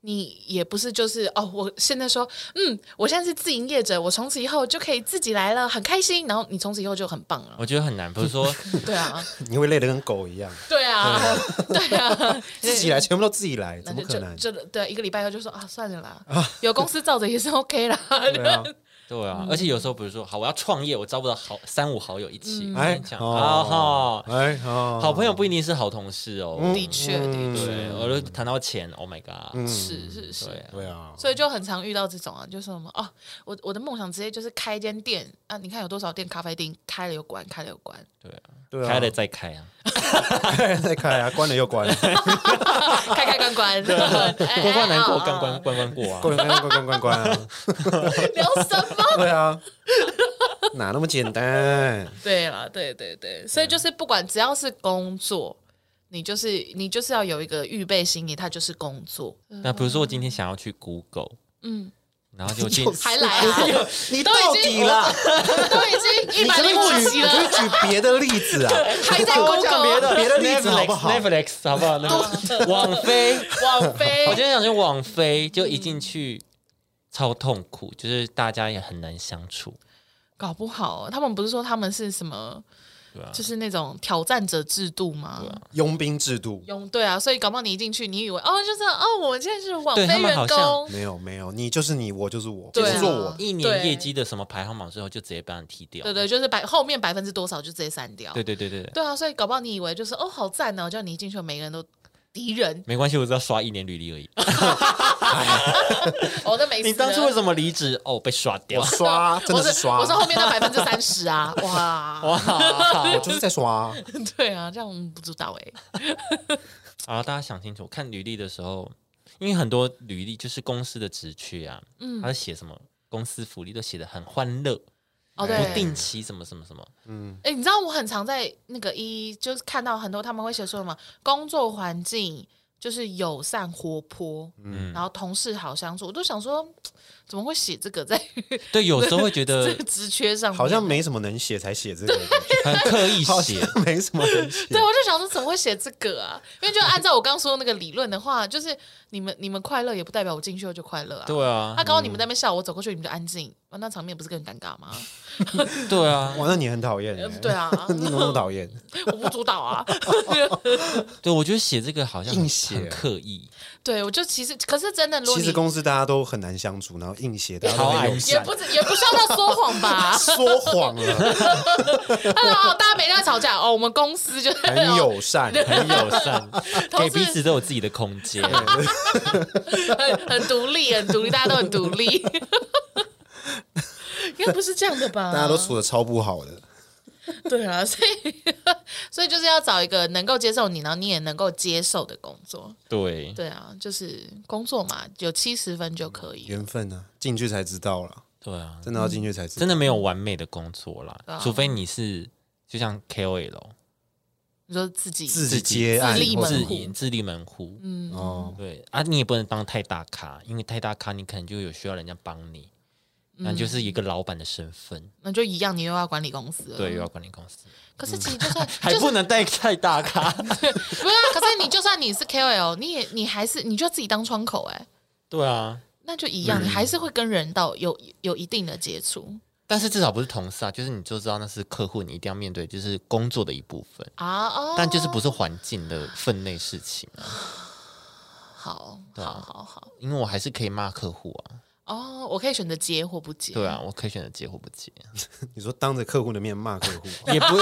Speaker 2: 你也不是就是哦，我现在说，嗯，我现在是自营业者，我从此以后就可以自己来了，很开心，然后你从此以后就很棒 了，
Speaker 1: 我觉得很难，不是说
Speaker 2: 对啊，
Speaker 3: 你会累得跟狗一样，
Speaker 2: 对啊， 对啊，
Speaker 3: 自己来，全部都自己来，
Speaker 2: 那
Speaker 3: 怎么
Speaker 2: 就
Speaker 3: 可能？
Speaker 2: 就就对，一个礼拜后就说啊，算了啦，有公司罩着也是 OK 啦，
Speaker 3: 对啊，
Speaker 1: 对啊，而且有时候比如说，好，我要创业，我招不到好三五好友一起，
Speaker 3: 哎
Speaker 1: 哎，讲
Speaker 3: 哦嗯
Speaker 1: 啊哈，
Speaker 3: 哎哦，
Speaker 1: 好朋友不一定是好同事哦。
Speaker 2: 的确的确
Speaker 1: 对，我就谈到钱，Oh my god，
Speaker 2: 是是是。
Speaker 1: 对啊，
Speaker 3: 嗯对啊，
Speaker 2: 所以就很常遇到这种啊，就说什么哦，我我的梦想职业就是开一间店啊，你看有多少店咖啡厅开了又关，开了又关，
Speaker 1: 对啊，
Speaker 3: 对啊，
Speaker 1: 开了再开啊，
Speaker 3: 开了再开啊，关了又关，
Speaker 2: 开开关关，
Speaker 1: 关
Speaker 2: 关
Speaker 1: 关难过，关关关关过啊，
Speaker 3: 关了又关关关关啊，
Speaker 2: 聊什么？
Speaker 3: 对啊，哪那么简单？
Speaker 2: 对啦，对对对，所以就是不管只要是工作，你就是你就是要有一个预备心理，它就是工作，
Speaker 1: 那比如说我今天想要去 Google，
Speaker 2: 嗯，
Speaker 1: 然后 就进
Speaker 3: 又是
Speaker 2: 还来啊，
Speaker 3: 你
Speaker 2: 都
Speaker 3: 到
Speaker 2: 已
Speaker 3: 底
Speaker 2: 经
Speaker 3: 啦？
Speaker 2: 都已经
Speaker 3: 你
Speaker 2: 一百
Speaker 3: 可不可
Speaker 2: 零
Speaker 3: 以
Speaker 2: 五
Speaker 3: 举，
Speaker 2: 集
Speaker 3: 你可不可以
Speaker 2: 了，
Speaker 3: 举别的例子啊？
Speaker 2: 还在
Speaker 1: 我讲别
Speaker 2: Google，
Speaker 1: 的
Speaker 3: 别的 例子好不好
Speaker 1: ？Netflix 好不好？那个 网飞，
Speaker 2: 网飞
Speaker 1: 我今天想去网飞，就一进去超痛苦，
Speaker 2: 嗯
Speaker 1: 就是大家也很难相处。
Speaker 2: 搞不好他们不是说他们是什么
Speaker 1: 对啊？
Speaker 2: 就是那种挑战者制度吗？
Speaker 3: 佣兵制度
Speaker 2: 用对啊，所以搞不好你一进去，你以为哦，就是哦，我现在是网飞
Speaker 1: 对他们好
Speaker 2: 员工，
Speaker 3: 没有没有，你就是你，我就是我，
Speaker 2: 对
Speaker 3: 你
Speaker 2: 啊
Speaker 3: 是我，
Speaker 1: 一年业绩的什么排行榜之后，就直接把你踢掉。
Speaker 2: 对对，就是百后面百分之多少就直接删掉。
Speaker 1: 对对对对对
Speaker 2: 对啊，所以搞不好你以为就是哦，好赞哦，叫你一进去，每个人都敌人
Speaker 1: 没关系，我只要刷一年履历而 已。
Speaker 2: 哦，那没事了。
Speaker 1: 你当初为什么离职？哦，被刷掉
Speaker 3: 我。刷，真
Speaker 2: 我
Speaker 3: 的
Speaker 2: 是
Speaker 3: 是刷，
Speaker 2: 我是后面那百分之三十啊，哇，
Speaker 1: 哇！
Speaker 3: 我就是在刷，
Speaker 2: 对啊，这样嗯不知道哎、
Speaker 1: 啊，大家想清楚，看履历的时候，因为很多履历就是公司的职缺啊，嗯，他写什么公司福利都写的很欢乐，
Speaker 2: 哦，对，
Speaker 1: 不定期什么什么什么，
Speaker 2: 哎、你知道我很常在那个一就是看到很多他们会写说什么工作环境就是友善活泼，嗯，然后同事好相处，我都想说，怎么会写这个在
Speaker 1: 对，有时候会觉
Speaker 2: 这
Speaker 1: 得
Speaker 2: 个职缺上面？
Speaker 3: 好像没什么能写才写这个的，
Speaker 1: 很刻意
Speaker 3: 好
Speaker 1: 写，
Speaker 3: 像 没什么能写。
Speaker 2: 对，我就想说怎么会写这个 啊？因为就按照我刚说的那个理论的话，就是你们你们快乐也不代表我进去后就快乐啊。
Speaker 1: 对啊
Speaker 2: 他，刚好你们在那边笑，我走过去你们就安静，哇那场面不是更尴尬吗？
Speaker 1: 对啊，
Speaker 3: 哇，那你很讨厌欸，
Speaker 2: 对啊，
Speaker 3: 你 怎么那么讨厌？
Speaker 2: 我不主导啊。
Speaker 1: 对，我觉得写这个好像很
Speaker 3: 硬写
Speaker 1: 很刻 意，
Speaker 2: 对，我就其实可是真的，如果
Speaker 3: 其实
Speaker 2: 你
Speaker 3: 公司大家都很难相处，然后硬写，大家都
Speaker 1: 超
Speaker 3: 很
Speaker 1: 爱
Speaker 3: 有？
Speaker 1: 写
Speaker 2: 也不是也不需要到说谎吧
Speaker 3: 说谎 了，
Speaker 2: 他说哦，大家没在吵架哦，我们公司就是哦
Speaker 3: 很 友善，
Speaker 1: 很友 善，
Speaker 2: 同
Speaker 1: 给
Speaker 2: 事
Speaker 1: 彼此都有自己的空间。
Speaker 2: 很很独立，很独立，大家都很独 立。 应该不是这样的吧？
Speaker 3: 大家都处的超不好的。
Speaker 2: 对啊，所以所以就是要找一个能够接受你，然后你也能够接受的工作。
Speaker 1: 对，
Speaker 2: 对啊，就是工作嘛，有七十分就可以。
Speaker 3: 缘分啊，进去才知道了，
Speaker 2: 嗯
Speaker 1: 对啊，
Speaker 3: 真的要进去才知道。
Speaker 1: 真的没有完美的工作啦
Speaker 2: 啊，
Speaker 1: 除非你是就像 KOL
Speaker 2: 你说自己
Speaker 3: 自接案
Speaker 2: 自立
Speaker 3: 或
Speaker 2: 门
Speaker 3: 者
Speaker 1: 自
Speaker 2: 户
Speaker 1: 营自立门户，
Speaker 2: 嗯，
Speaker 3: 哦，
Speaker 1: 对啊，你也不能当太大咖，因为太大咖你可能就有需要人家帮你，那就是一个老板的身份，
Speaker 2: 那就一样，你又要管理公司了。
Speaker 1: 对，又要管理公司，
Speaker 2: 可是其实嗯就算
Speaker 1: 还
Speaker 2: 就是
Speaker 1: 不能带太大咖，
Speaker 2: 不是啊，可是你就算你是 KOL，你也你还是你就自己当窗口哎、
Speaker 1: 对啊，
Speaker 2: 那就一样，你还是会跟人到有有一定的接触
Speaker 1: 但是至少不是同事啊，就是你就知道那是客户，你一定要面对，就是工作的一部分，
Speaker 2: 啊哦。
Speaker 1: 但就是不是环境的分内事情啊，
Speaker 2: 好，好，好，好
Speaker 1: 因为我还是可以骂客户啊，
Speaker 2: 哦，我可以选择接或不接。
Speaker 1: 对啊，我可以选择接或不接，
Speaker 3: 你说当着客户的面骂客 户，
Speaker 1: 也不，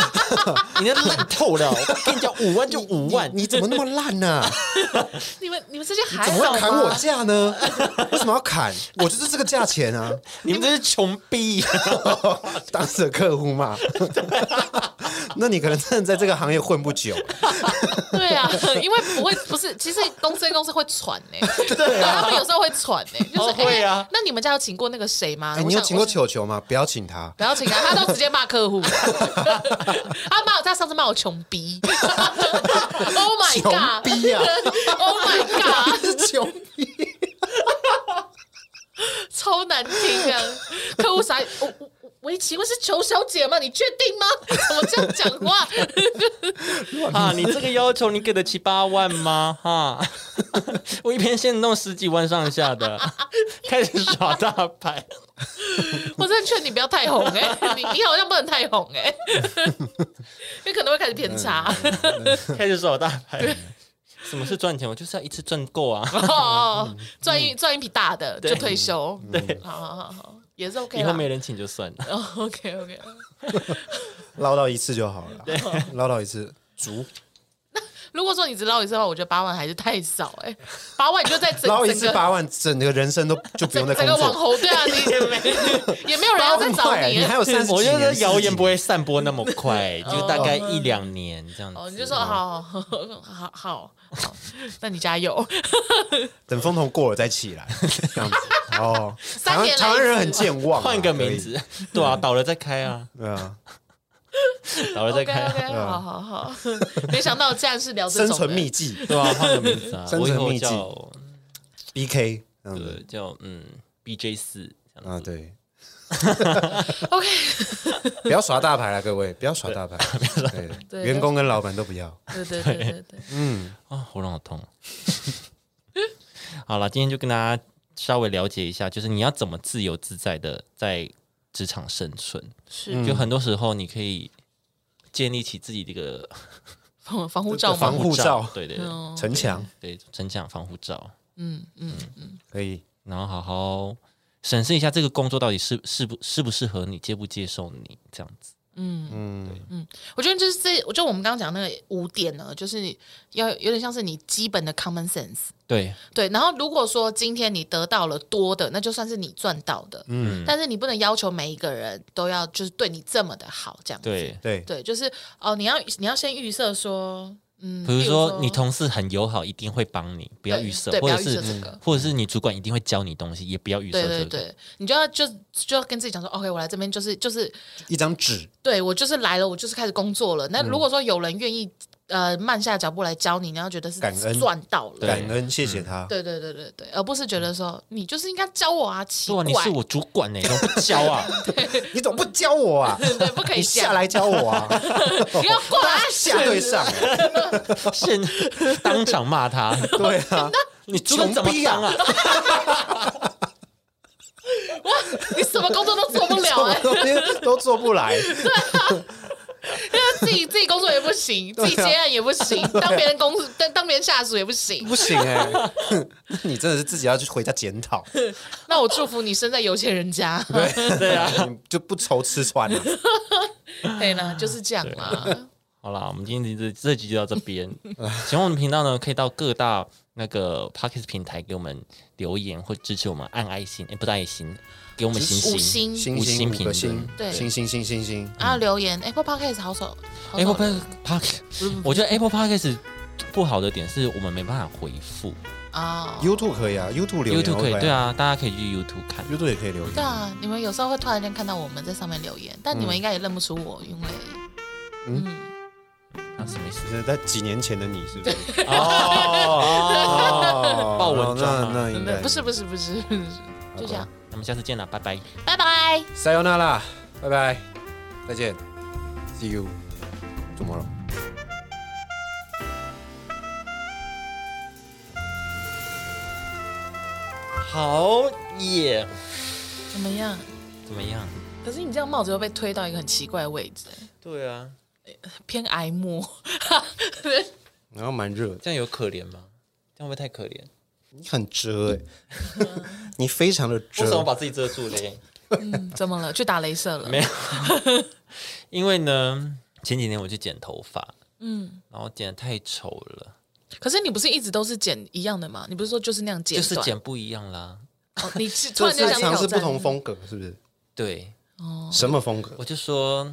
Speaker 1: 你那烂透了，我跟你讲，五万就五万，
Speaker 3: 哦你怎么那么烂呢？
Speaker 2: 你们你们这些还
Speaker 3: 怎么
Speaker 2: 好
Speaker 3: 会
Speaker 2: 吗？
Speaker 3: 砍我价呢？ 为什么要砍？我就是这个价钱 啊！
Speaker 1: 你们这是穷逼，
Speaker 3: 当着客 户骂，那你可能真的在这个行业混不久。
Speaker 2: 对啊，因为不会不是，其实公司跟公司会喘呢、对啊，他们有时候会喘呢、就是、
Speaker 1: 哦会啊
Speaker 2: 哎那你们家有请过那个谁吗？
Speaker 3: 哎，
Speaker 2: 我
Speaker 3: 你有
Speaker 2: 想
Speaker 3: 请过
Speaker 2: 我
Speaker 3: 球球吗？不要请他。
Speaker 2: 不要请啊，他都直接骂客户，他骂我，他上次骂我穷逼，Oh my
Speaker 3: 穷
Speaker 2: god，
Speaker 3: 逼啊
Speaker 2: o h my god，
Speaker 3: 球逼，
Speaker 2: 超难听啊！客户傻眼，我我我我请问是裘小姐吗？你确定吗？怎么这样讲话？
Speaker 1: 啊，你这个要求你给得起八万吗？哈， 我一篇先弄十几万上下的， 开始耍大牌。
Speaker 2: 我真的劝你不要太红哎、你你好像不能太红哎、因为可能会开始偏差。
Speaker 1: 开始耍大牌。什么是赚钱？我就是要一次赚够啊！
Speaker 2: 哦，
Speaker 3: 嗯
Speaker 2: 赚一赚一笔大的就退休，
Speaker 1: 对，
Speaker 2: 好好好好，也是 OK
Speaker 1: 以后
Speaker 2: 啦。
Speaker 1: 没人请就算了。
Speaker 2: 哦，OK OK，
Speaker 3: 唠叨一次就好了，唠叨一次足，
Speaker 2: 如果说你只捞一次的话，我觉得八万还是太少哎、 八万你就在整
Speaker 3: 唠一
Speaker 2: 整
Speaker 3: 次
Speaker 2: 个
Speaker 3: 八万，整个人生都就不用
Speaker 2: 整
Speaker 3: 再
Speaker 2: 整
Speaker 3: 工
Speaker 2: 个网
Speaker 3: 作。
Speaker 2: 红对 啊，你也没有人要再找
Speaker 3: 八万块
Speaker 2: 你
Speaker 3: 啊你
Speaker 2: 欸。
Speaker 3: 还有三十 几
Speaker 1: 我觉
Speaker 3: 年哦
Speaker 1: 得
Speaker 3: 四十
Speaker 1: 谣
Speaker 3: 几
Speaker 1: 言
Speaker 3: 年
Speaker 1: 不会散播那么快，就大概一两年这样
Speaker 2: 哦，你
Speaker 1: 子。
Speaker 2: 就
Speaker 3: 嗯
Speaker 2: 说好好好好，那你加 油。
Speaker 3: 等风头过了再起来， 这样子。哦，台
Speaker 2: 三
Speaker 3: 湾
Speaker 2: 年来一次
Speaker 3: 台湾人很健忘啊，
Speaker 1: 换个
Speaker 3: 可
Speaker 1: 名
Speaker 3: 以，
Speaker 1: 字，对啊，倒了再开 啊，
Speaker 3: 对啊，
Speaker 1: 倒了再
Speaker 2: OK
Speaker 1: 开啊，
Speaker 2: OK，好好好，没想到竟然是聊这
Speaker 3: 啊生
Speaker 2: 种
Speaker 3: 存
Speaker 2: 的
Speaker 3: 秘籍
Speaker 1: 对啊，换个名字 啊，
Speaker 3: 生
Speaker 1: 我以
Speaker 3: 存
Speaker 1: 后
Speaker 3: 秘籍
Speaker 1: 叫
Speaker 3: BK，嗯
Speaker 1: 对叫嗯 BJ 四这样
Speaker 3: 啊，
Speaker 1: 子，
Speaker 3: 对，
Speaker 2: OK，
Speaker 3: 不要耍大牌了，各位，不要耍大 牌，对，
Speaker 2: 对
Speaker 3: 员工跟老板都不要。
Speaker 2: 对对对对 对，
Speaker 3: 嗯，
Speaker 1: 啊，喉咙好痛。 好了，今天就跟大家稍微了解一下，就是你要怎么自由自在的在职场生存。
Speaker 2: 是
Speaker 1: 就很多时候你可以建立起自己这个
Speaker 2: 防防护罩
Speaker 3: 防
Speaker 2: 吗？
Speaker 3: 护罩
Speaker 1: 对对
Speaker 2: 嗯
Speaker 3: 城墙
Speaker 1: 对，增强防护罩，
Speaker 2: 嗯嗯，
Speaker 3: 可以，
Speaker 1: 然后好好审视一下这个工作到底适适不适不适合你，接不接受你这样子。
Speaker 3: 嗯，
Speaker 2: 我觉得就是这，我觉得我们刚刚讲那个五点呢，就是要有点像是你基本的 common sense。
Speaker 1: 对，
Speaker 2: 对，然后如果说今天你得到了多的，那就算是你赚到的，嗯，但是你不能要求每一个人都要就是对你这么的好，这样子，
Speaker 1: 对
Speaker 3: 对，
Speaker 2: 对，就是哦，你要你要先预设说，嗯，
Speaker 1: 比如
Speaker 2: 例
Speaker 1: 说你同事很友好，一定会帮你，不要预设，
Speaker 2: 对对
Speaker 1: 或者
Speaker 2: 不
Speaker 1: 是
Speaker 2: 要预设这个
Speaker 1: 或者是你主管一定会教你东西，也不要预设
Speaker 2: 对对
Speaker 1: 这个。
Speaker 2: 对，你就要就就要跟自己讲说，OK，我来这边就是就是
Speaker 3: 一张纸，
Speaker 1: 嗯
Speaker 2: 对我就是来了，我就是开始工作了。那如果说有人愿意呃慢下脚步来教你，然后觉得是
Speaker 3: 感恩
Speaker 2: 赚到了。
Speaker 3: 感恩，谢谢他。
Speaker 2: 嗯对对对对对，而不是觉得说你就是应该教我啊，奇
Speaker 1: 对啊，
Speaker 2: 怪，
Speaker 1: 你是我主管呢、你怎么不教 啊？
Speaker 3: 你怎么不教我 啊？
Speaker 2: 对，不可以这
Speaker 3: 你下
Speaker 2: 样，
Speaker 3: 来教 我啊！
Speaker 2: 不要过来
Speaker 3: 下对上，啊
Speaker 1: 现当场骂他，
Speaker 3: 对啊，
Speaker 1: 你主管怎么
Speaker 3: 穷逼啊
Speaker 1: 当啊？
Speaker 2: 哇，你什么工作都做不了 哎、
Speaker 3: 都都做不来。
Speaker 2: 因为自己自己工作也不行，自己接案也不行，当别人公司当当别人下属也不行。
Speaker 3: 不行哎、
Speaker 1: 欸
Speaker 3: 你真的是自己要去回家检讨，
Speaker 2: 那我祝福你生在有钱人家，
Speaker 1: 对啊。
Speaker 3: 你就不愁吃啊 穿了。
Speaker 2: 对啦，就是这样啦。
Speaker 1: 好啦，我们今天这这集就到这边。 喜欢我们频道呢，可以到各大那个 p o c k e t 平台给我们留言或支持我们，按爱心，哎、不是爱心，给我们星
Speaker 2: 五
Speaker 1: 星。
Speaker 2: 星，
Speaker 3: 星星
Speaker 1: 五星
Speaker 3: 五
Speaker 1: 评
Speaker 3: 个
Speaker 1: 论
Speaker 3: 星，
Speaker 2: 对
Speaker 3: 星星星星星，
Speaker 2: 然后留言 Apple Podcast 好手
Speaker 1: Apple p o c k e t 我觉得 Apple p o c k e t 不好的点是我们没办法回复
Speaker 2: 啊，哦
Speaker 3: YouTube 可以啊，YouTube 留言
Speaker 1: ，YouTube 可以，
Speaker 3: OK
Speaker 1: 对啊，大家可以去 YouTube 看。
Speaker 3: ，YouTube 也可以留
Speaker 2: 对
Speaker 3: 言。
Speaker 2: 啊，你们有时候会突然间看到我们在上面留言，但你们应该也认不出我，因为
Speaker 3: 嗯
Speaker 2: 嗯，
Speaker 1: 啊，什么意思？
Speaker 3: 是在几年前的你是不是？
Speaker 1: 哦，
Speaker 3: 哦
Speaker 1: 豹纹装啊
Speaker 3: 那那应该
Speaker 2: 不是不是不是，不是 就这样，
Speaker 1: 那我们下次见了，拜拜。
Speaker 2: 拜拜。
Speaker 3: 塞尤那拉，拜拜，再见，See you tomorrow。
Speaker 1: 好耶，
Speaker 2: 怎么样？
Speaker 1: 怎么样？
Speaker 2: 可是你这样帽子又被推到一个很奇怪的位置，
Speaker 1: 对啊，
Speaker 2: 偏挨摸。
Speaker 3: 然后蛮热的，
Speaker 1: 这样有可怜吗？这样会不会太可怜？
Speaker 3: 你很遮哎、你非常的
Speaker 1: 为什么
Speaker 3: 遮，
Speaker 1: 把自己遮住嘞？
Speaker 2: 嗯，怎么了？去打镭射了？
Speaker 1: 没 因为呢，前几天我去剪头发，嗯，然后剪的太丑了，
Speaker 2: 可是你不是一直都是剪一样的吗？你不是说就是那样剪
Speaker 1: 就是
Speaker 2: 短？
Speaker 1: 剪不一样啦。
Speaker 2: 哦、你是突
Speaker 3: 这
Speaker 2: 然
Speaker 3: 是
Speaker 2: 就
Speaker 3: 在
Speaker 2: 想挑
Speaker 3: 尝试
Speaker 2: 战哦
Speaker 3: 不同风格，是不是？
Speaker 1: 对，
Speaker 3: 什么风格？
Speaker 1: 我就说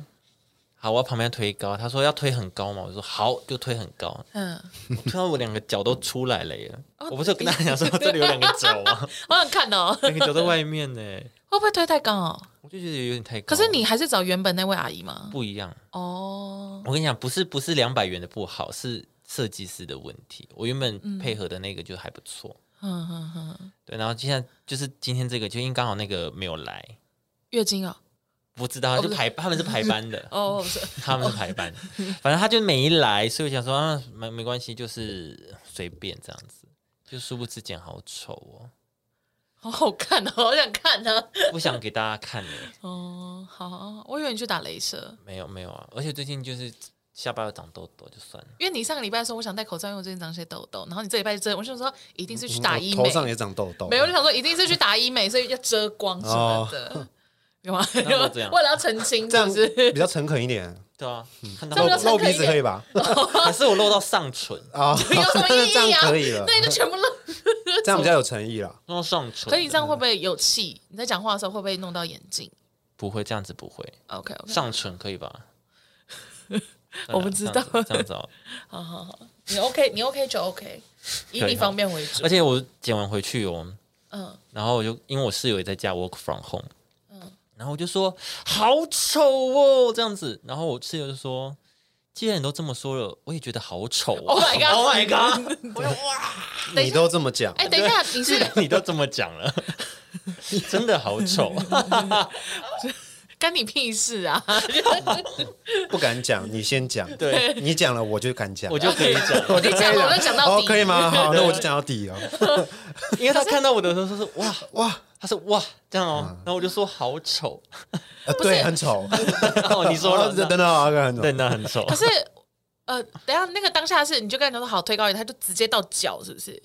Speaker 1: 好，我要旁边推高，他说要推很高嘛，我就说好，就推很高，
Speaker 2: 嗯，
Speaker 1: 我推到我两个脚都出来了耶！我不是有跟大家讲说这里有两个脚吗？
Speaker 2: 好想看哦，
Speaker 1: 两个脚在外面呢，
Speaker 2: 会不会推太高、哦？
Speaker 1: 我就觉得有点太高。
Speaker 2: 可是你还是找原本那位阿姨吗？
Speaker 1: 不一样，
Speaker 2: 哦，
Speaker 1: 我跟你讲，不是不是两百元的不好，是设计师的问题。我原本配合的那个就还不错，
Speaker 2: 嗯嗯嗯，
Speaker 1: 对，然后现在就是今天这个，就因为刚好那个没有来，
Speaker 2: 月经哦，，
Speaker 1: 不知道就排他们是排班的
Speaker 2: 哦，是
Speaker 1: 他们是排班，反正他就没来，所以我想说啊，没没关系，就是随便这样子。就殊不知剪好丑哦，
Speaker 2: 好好看哦，好想看呢、
Speaker 1: 不想给大家看耶。
Speaker 2: 哦，好好，我以为你去打镭射，
Speaker 1: 没有没有啊，而且最近就是下巴又长痘痘，就算了。
Speaker 2: 因为你上个礼拜说我想戴口罩，因为我最近长一些痘痘，然后你这礼拜就真，我就想说一定是去打医美
Speaker 3: 我哦嗯头，上也长痘痘，
Speaker 2: 没有，我就想说一定是去打医美，所以要遮光什么的，有吗？
Speaker 1: 哦 那就这样
Speaker 2: 为了要澄清，是
Speaker 3: 这样
Speaker 2: 不 是？
Speaker 3: 比较诚恳一点，
Speaker 1: 对啊，看
Speaker 2: 这
Speaker 1: 到
Speaker 2: 样
Speaker 3: 露
Speaker 1: 我
Speaker 2: 比较诚
Speaker 3: 露
Speaker 2: 恳一
Speaker 3: 鼻子可以 吧？
Speaker 1: 可是我露到上唇，
Speaker 3: 啊，
Speaker 2: 有什么意义啊
Speaker 3: 这样可以了，
Speaker 2: 那你就全部 露。
Speaker 3: 这样比较有诚意了。
Speaker 1: 露到上唇。
Speaker 2: 可你这样会不会有气？你在讲话的时候会不会弄到眼睛
Speaker 1: 不会这样子，不会
Speaker 2: ？OK OK，
Speaker 1: 上唇可以吧？
Speaker 2: 我不知道
Speaker 1: 这样子这样子哦。
Speaker 2: 好好好，你 OK，你 OK 就 OK，以
Speaker 1: 可以
Speaker 2: 你方便为主
Speaker 1: 而。且我剪完回去哦，
Speaker 2: 嗯，
Speaker 1: 然后我就因为我室友也在家 work from home，然后我就说好丑哦这样子，然后我室友就说。既然你都这么说了，我也觉得好丑哦
Speaker 2: Oh my god
Speaker 1: Oh my god！
Speaker 2: 等一
Speaker 3: 你
Speaker 2: 下
Speaker 3: 都这么讲，
Speaker 2: 哎，等一下，你是
Speaker 1: 你都这么讲了， 你真的好丑。
Speaker 2: 干你屁事 啊？
Speaker 3: 不敢讲，你先讲，
Speaker 1: 对，
Speaker 3: 你讲了我就敢讲，
Speaker 1: 我就可以讲，
Speaker 2: 你讲了我就讲到
Speaker 3: 哦
Speaker 2: 底，，
Speaker 3: 可以？ 吗？好，那我就讲到底哦。
Speaker 1: 因为他看到我的时候，他说哇，
Speaker 3: 哇，嗯
Speaker 1: 他说哇这样哦，然后我就说好丑，
Speaker 3: 呃对，很丑，
Speaker 1: 然后你说了，
Speaker 3: 哦等等，阿哥很丑
Speaker 1: 对，，那很丑
Speaker 2: 可。是。呃，等一下那个当下是你就跟他说好推高一点，他就直接到脚是不是？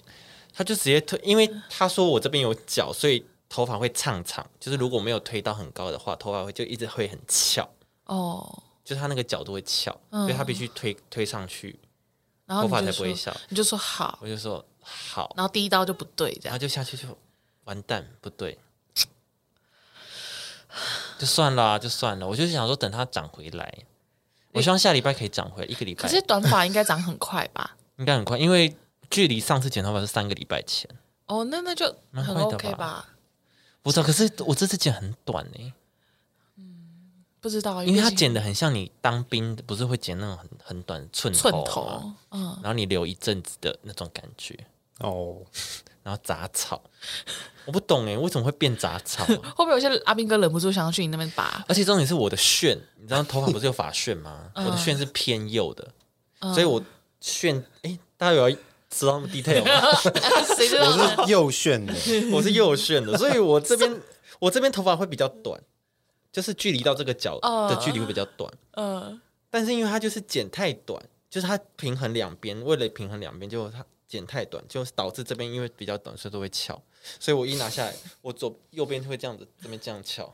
Speaker 1: 他就直接推，因为他说我这边有脚，所以头发会唱长，就是如果没有推到很高的话，头发会就一直会很翘，
Speaker 2: 哦，
Speaker 1: 就是他那个角度会翘，
Speaker 2: 嗯
Speaker 1: 所以他必须推推上去，
Speaker 2: 然后
Speaker 1: 头
Speaker 2: 你
Speaker 1: 发
Speaker 2: 就
Speaker 1: 才不会
Speaker 2: 说
Speaker 1: 翘。
Speaker 2: 你就说好，
Speaker 1: 我就说好，
Speaker 2: 然后第一刀就不对
Speaker 1: 然
Speaker 2: 这样
Speaker 1: 后。就下去就完蛋，不对，就算了啊，就算了。我就想说等它长回来，我希望下礼拜可以长回来，一个礼
Speaker 2: 可
Speaker 1: 拜
Speaker 2: 是短发应该长很快吧？
Speaker 1: 应该很快，因为距离上次剪头发是三个礼拜前，
Speaker 2: 哦，那那就
Speaker 1: 蛮
Speaker 2: 很
Speaker 1: 快的
Speaker 2: OK
Speaker 1: 吧
Speaker 2: 吧？
Speaker 1: 欸不知道。可是我这次剪很短呢、
Speaker 2: 不知道，
Speaker 1: 因为它剪的很像你当兵的，不是会剪那种很很短的寸
Speaker 2: 寸
Speaker 1: 头吗
Speaker 2: 头，嗯，
Speaker 1: 然后你留一阵子的那种感觉，
Speaker 3: 哦，
Speaker 1: 然后杂草， 我不懂哎，为什么会变杂草啊、
Speaker 2: 会不会有些阿兵哥忍不住想要去你那边拔？
Speaker 1: 而且重点是我的旋，你知道头发不是有发旋 吗？我的旋是偏右的，所以我旋哎，大家有要知道那么 detail 吗？
Speaker 2: 谁知道呢？
Speaker 3: 我是右 旋的，
Speaker 1: 我是右旋的，所以我这边我这边头发会比较短，就是距离到这个角的距离会比较短。
Speaker 2: 嗯，
Speaker 1: 但是因为它就是剪太短，就是它平衡两边，为了平衡两边，就它剪太短，就是导致这边因为比较短，所以都会翘。所以我一拿下来，我左右边会这样子，这边这样翘，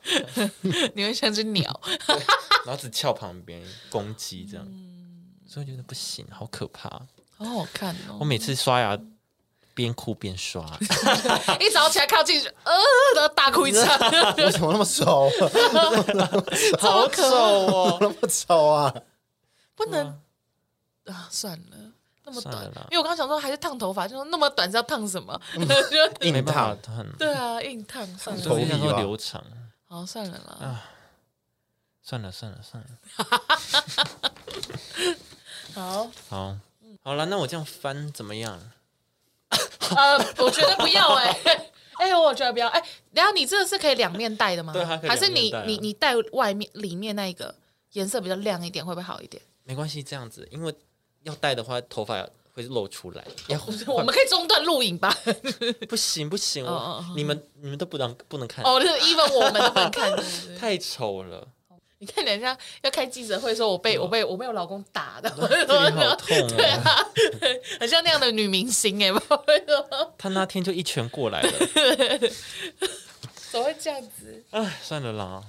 Speaker 2: 你会像只鸟，
Speaker 1: 然后只翘旁边攻击这样，所以我觉得不行，好可怕。
Speaker 2: 好好看
Speaker 1: 我
Speaker 2: 哦！
Speaker 1: 每次刷牙边哭边刷，
Speaker 2: 一早起来靠近，呃，然后大哭一场，
Speaker 3: 为什么那么丑？
Speaker 2: 哦
Speaker 1: 好丑哦。
Speaker 3: 那么丑啊？
Speaker 2: 不能啊，算了。那么短
Speaker 1: 算了啦，
Speaker 2: 因为我刚刚想说还是烫头发，就说那么短是要烫什么？
Speaker 1: 没
Speaker 3: 硬
Speaker 1: 办
Speaker 3: 烫
Speaker 1: 法，，他很
Speaker 2: 对啊，硬烫算
Speaker 3: 头
Speaker 1: 所
Speaker 3: 皮
Speaker 1: 以我
Speaker 2: 了，
Speaker 1: 想
Speaker 3: 吧
Speaker 1: 说留长，
Speaker 2: 好算了啦。
Speaker 1: 算了算了算了，
Speaker 2: 好，
Speaker 1: 好，好了，那我这样翻怎么样？
Speaker 2: 呃，我觉得不要哎、 哎、我觉得不要哎、然后你这个是可以两面戴的吗？
Speaker 1: 对它可以
Speaker 2: 还是你
Speaker 1: 两面戴啊
Speaker 2: 你你戴外面里面那一个颜色比较亮一点，会不会好一点？
Speaker 1: 没关系，这样子，因为要戴的话，头发会露出来。要
Speaker 2: 我们可以中断录影吧？
Speaker 1: 不行不行，
Speaker 2: 哦哦
Speaker 1: 我
Speaker 2: 哦
Speaker 1: 你们你们都不能不能看，
Speaker 2: 哦，就是 even 我们都不能看。 对不对
Speaker 1: 太丑了，
Speaker 2: 你看人家要开记者会，说我被我被我被我老公打 的，
Speaker 1: 这里好痛
Speaker 2: 对
Speaker 1: 哦。
Speaker 2: 啊，很像那样的女明星 哎、不会说
Speaker 1: 他那天就一拳过来了，
Speaker 2: 怎么会这样子？
Speaker 1: 哎，算了啦，